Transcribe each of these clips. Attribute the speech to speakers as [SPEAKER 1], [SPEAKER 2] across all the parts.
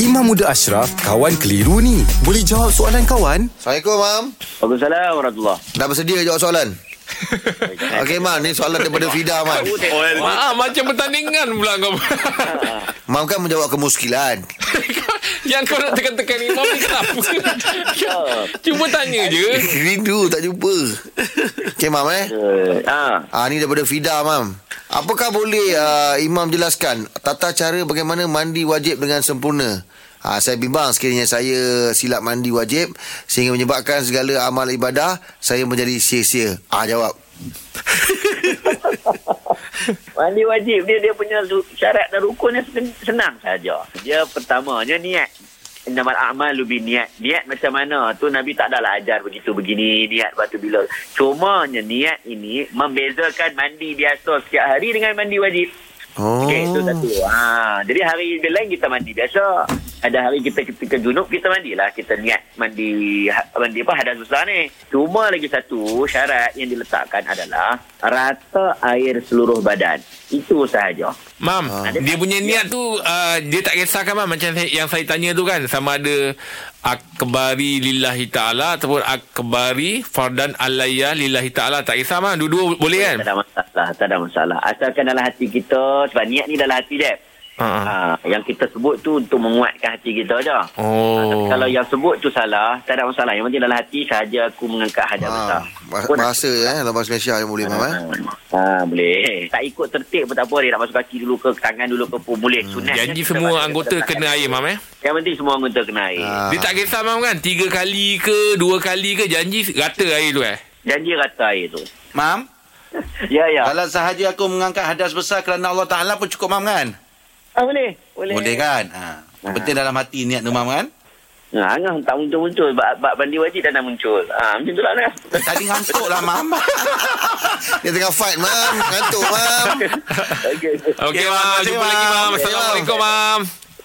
[SPEAKER 1] Imam Muda Ashraf, kawan keliru ni. Boleh jawab soalan kawan?
[SPEAKER 2] Assalamualaikum, Mam.
[SPEAKER 3] Waalaikumsalam warahmatullahi
[SPEAKER 2] Dah bersedia jawab soalan? Okey, Mam. Ni soalan daripada Fida, Mam.
[SPEAKER 4] Maaf Ah, macam pertandingan pula kau.
[SPEAKER 2] Mam kan menjawab kemuskilan.
[SPEAKER 4] Yang kau nak tekan-tekan imam ni kenapa? Cuba tanya je.
[SPEAKER 2] Rindu tak jumpa. Okey, Mam eh.
[SPEAKER 3] Eh, Ah,
[SPEAKER 2] Ah, ni daripada Fida, Mam. Apakah boleh uh, Imam jelaskan tata cara bagaimana mandi wajib dengan sempurna? Ha, saya bimbang sekiranya saya silap mandi wajib sehingga menyebabkan segala amal ibadah saya menjadi sia-sia. Ah jawab.
[SPEAKER 3] mandi wajib dia dia punya su- syarat dan rukunnya sen- senang saja. Dia pertamanya niat. Innamal a'malu bi niat. Niat macam mana? Tu Nabi tak adalah ajar begitu begini niat batu bila. Cumanya niat ini membezakan mandi biasa setiap hari dengan mandi wajib.
[SPEAKER 2] Oh.
[SPEAKER 3] Okey, itu satu. Ha, jadi hari dia lain kita mandi biasa. Ada hari kita ketika junub kita mandilah, kita niat mandi ha- mandi apa hadas besar ni. Cuma lagi satu syarat yang diletakkan adalah rata air seluruh badan. Itu sahaja.
[SPEAKER 4] Mam,
[SPEAKER 2] Ah.
[SPEAKER 4] dia punya niat tu uh, dia tak kisahkan mam macam saya, yang saya tanya tu kan sama ada akbari lillahi taala ataupun akbari fardan alayya lillahi taala tak kisah mam dua-dua boleh kan?
[SPEAKER 3] Tak ada masalah, tak ada masalah. Asalkan dalam hati kita sebab niat ni dalam hati dia.
[SPEAKER 4] Ha, ha.
[SPEAKER 3] Ha, yang kita sebut tu untuk menguatkan hati kita je.
[SPEAKER 4] Oh.
[SPEAKER 3] Ah, Kalau yang sebut tu salah, tak ada masalah. Yang penting dalam hati sahaja aku mengangkat hadas
[SPEAKER 2] Ah,
[SPEAKER 3] besar.
[SPEAKER 2] bah-
[SPEAKER 3] Pun-
[SPEAKER 2] bahasa eh dalam bahasa Malaysia yang boleh, Mam eh.
[SPEAKER 3] Ha, boleh. Tak ikut tertib pun tak apa. Dia nak masuk kaki dulu ke tangan dulu ke pun boleh. Sunat.
[SPEAKER 4] Hmm. Janji semua anggota kena air mam eh.
[SPEAKER 3] Yang penting semua anggota kena air.
[SPEAKER 2] Ah.
[SPEAKER 4] Dia tak kisah mam kan tiga kali ke dua kali ke janji rata air tu eh.
[SPEAKER 3] Janji rata air tu.
[SPEAKER 5] Mam,
[SPEAKER 3] Ya, ya.
[SPEAKER 5] kalau sahaja aku mengangkat hadas besar kerana Allah Ta'ala pun cukup, Mam kan?
[SPEAKER 3] Ah, boleh. Boleh.
[SPEAKER 5] Boleh kan? Ha. Yang Penting dalam hati niat tu, Mam kan?
[SPEAKER 3] Ha, Angah tak muncul-muncul. Bak, bak mandi wajib dah nak muncul. Ha, macam tu lah Angah.
[SPEAKER 5] Tadi ngantuk lah, Mam.
[SPEAKER 2] Dia tengah fight, Mam. Ngantuk, Mam.
[SPEAKER 3] Okey.
[SPEAKER 4] Okey
[SPEAKER 5] Okey,
[SPEAKER 4] mam,
[SPEAKER 5] Mam.
[SPEAKER 4] jumpa
[SPEAKER 5] Okey,
[SPEAKER 4] lagi mam.
[SPEAKER 5] Mam.
[SPEAKER 4] Assalamualaikum mam.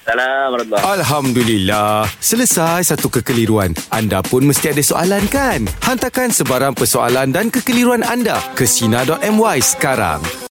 [SPEAKER 3] Assalamualaikum.
[SPEAKER 1] Alhamdulillah. Selesai satu kekeliruan. Anda pun mesti ada soalan kan? Hantarkan sebarang persoalan dan kekeliruan anda ke Sina.my sekarang.